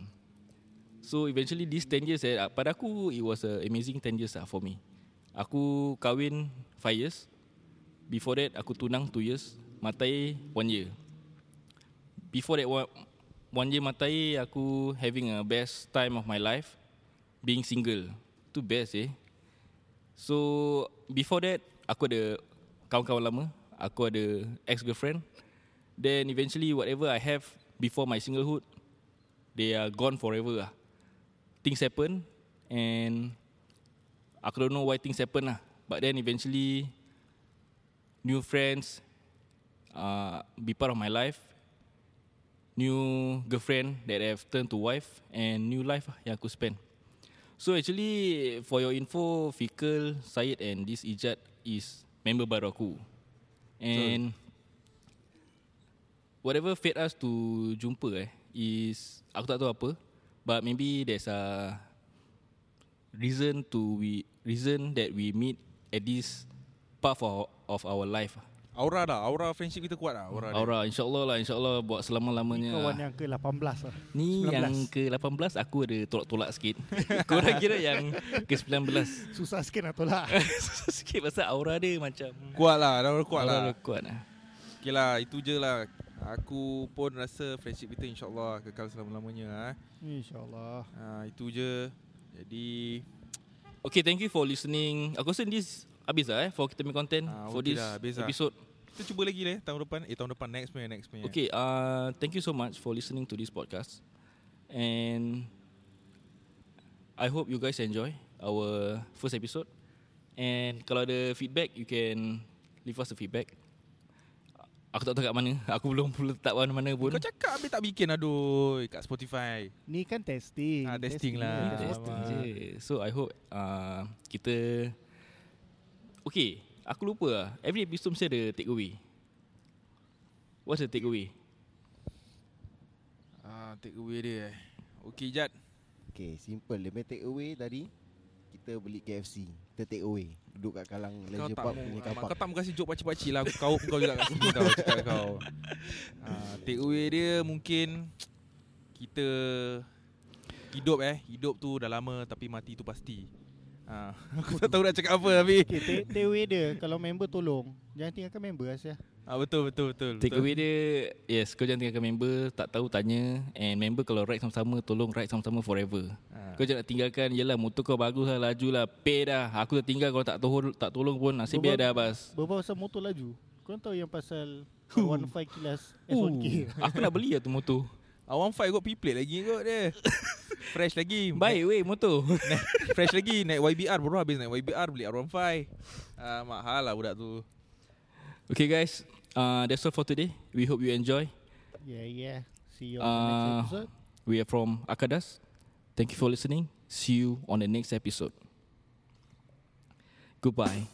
Speaker 2: So eventually this 10 years eh, Pada aku it was a amazing 10 years lah for me Aku kahwin 5 years Before that aku tunang 2 years Matai one year Before that one, one year Matai Aku having a best time of my life Being single Tu best eh So Before that Aku ada Kawan-kawan lama Aku ada Ex-girlfriend Then eventually Whatever I have Before my singlehood They are gone forever lah Things happen And Aku don't know why things happen lah But then eventually New friends uh, Be part of my life New girlfriend That have turned to wife And new life lah Yang aku spend So actually For your info Fikal Syed and this Ijat Is member baru aku And Whatever fate us to jumpa eh Is Aku tak tahu apa But maybe there's a reason to we reason that we meet at this part of, of our life.
Speaker 4: Aura dah Aura friendship kita kuat lah Aura, Aura.
Speaker 2: Aura insyaallah lah insyaallah buat selama-lamanya.
Speaker 3: Kawan yang ke-18 lah
Speaker 2: Ni
Speaker 3: 19.
Speaker 2: yang ke-18 aku ada tolak-tolak sikit. Korang kira yang ke-19.
Speaker 3: Susah sikit nak tolak
Speaker 2: sikit pasal aura dia macam
Speaker 4: Kuat lah Aura kuat
Speaker 2: aura
Speaker 4: lah
Speaker 2: dia kuat lah.
Speaker 4: Okay lah itu je lah Aku pun rasa friendship kita insyaAllah kekal selama-lamanya eh.
Speaker 3: InsyaAllah
Speaker 4: Ah, Itu je Jadi
Speaker 2: Okay, thank you for listening. Aku rasa this habis lah eh for kita punya content
Speaker 4: Ah,
Speaker 2: for this
Speaker 4: okay dah, habis lah.
Speaker 2: episode.
Speaker 4: Kita cuba lagi leh tahun depan. Eh tahun depan next punya next punya.
Speaker 2: Okay, uh, thank you so much for listening to this podcast, and I hope you guys enjoy our first episode. And kalau ada feedback, you can leave us a feedback. Aku tak tahu kat mana. Aku belum pula letak mana-mana pun.
Speaker 4: Kau cakap habis tak bikin aduh kat Spotify.
Speaker 3: Ni kan testing
Speaker 4: Ah, testing lah.
Speaker 3: je,
Speaker 4: Ah,
Speaker 3: testing
Speaker 2: Hmm, Testing
Speaker 4: abang.
Speaker 2: je. So I hope uh, kita Okay, aku lupa lah. Every episode mesti ada takeaway. What's the takeaway?
Speaker 4: Ah take away dia eh. Okey Jad.
Speaker 5: Okay simple Dia punya take away tadi Kita beli KFC Kita take away Duduk kat kalang
Speaker 4: Kau
Speaker 5: Leisure
Speaker 4: tak
Speaker 5: Park
Speaker 4: mau-
Speaker 5: punya
Speaker 4: ah,
Speaker 5: kapak
Speaker 4: kau tak mau kasi joke pacik-pacik lah Aku kau kau juga kat sini tau cakap lah, kau. Ah take away dia mungkin kita hidup eh. Hidup tu dah lama tapi mati tu pasti. Ah aku tak tahu nak cakap apa tapi
Speaker 3: Okay, take, take away dia Kalau member tolong Jangan tinggalkan member Asia
Speaker 4: ah betul betul betul.
Speaker 2: Take
Speaker 4: betul.
Speaker 2: away dia Yes kau jangan tinggalkan member Tak tahu tanya And member kalau ride sama-sama Tolong ride sama-sama forever
Speaker 4: Ah.
Speaker 2: Kau jangan nak tinggalkan Yelah motor kau bagus lah Laju lah Pay dah Aku dah tinggal Kalau tak tolong, tak tolong pun Nasib biar dah abas
Speaker 3: Berapa pasal motor laju Kau tahu yang pasal 1.5 kilas S1K
Speaker 2: Aku nak beli lah tu motor
Speaker 4: Awang fight kot P-plate lagi kot dia. Fresh lagi.
Speaker 2: Baik weh motor
Speaker 4: naik, Fresh lagi Naik YBR Baru habis naik YBR Beli R15 uh, Mahal lah budak tu
Speaker 2: Okay guys uh, That's all for today We hope you enjoy
Speaker 3: Yeah yeah Ya, See you on the next
Speaker 2: uh,
Speaker 3: episode
Speaker 2: We are from Akadas Thank you for listening See you on the next episode Goodbye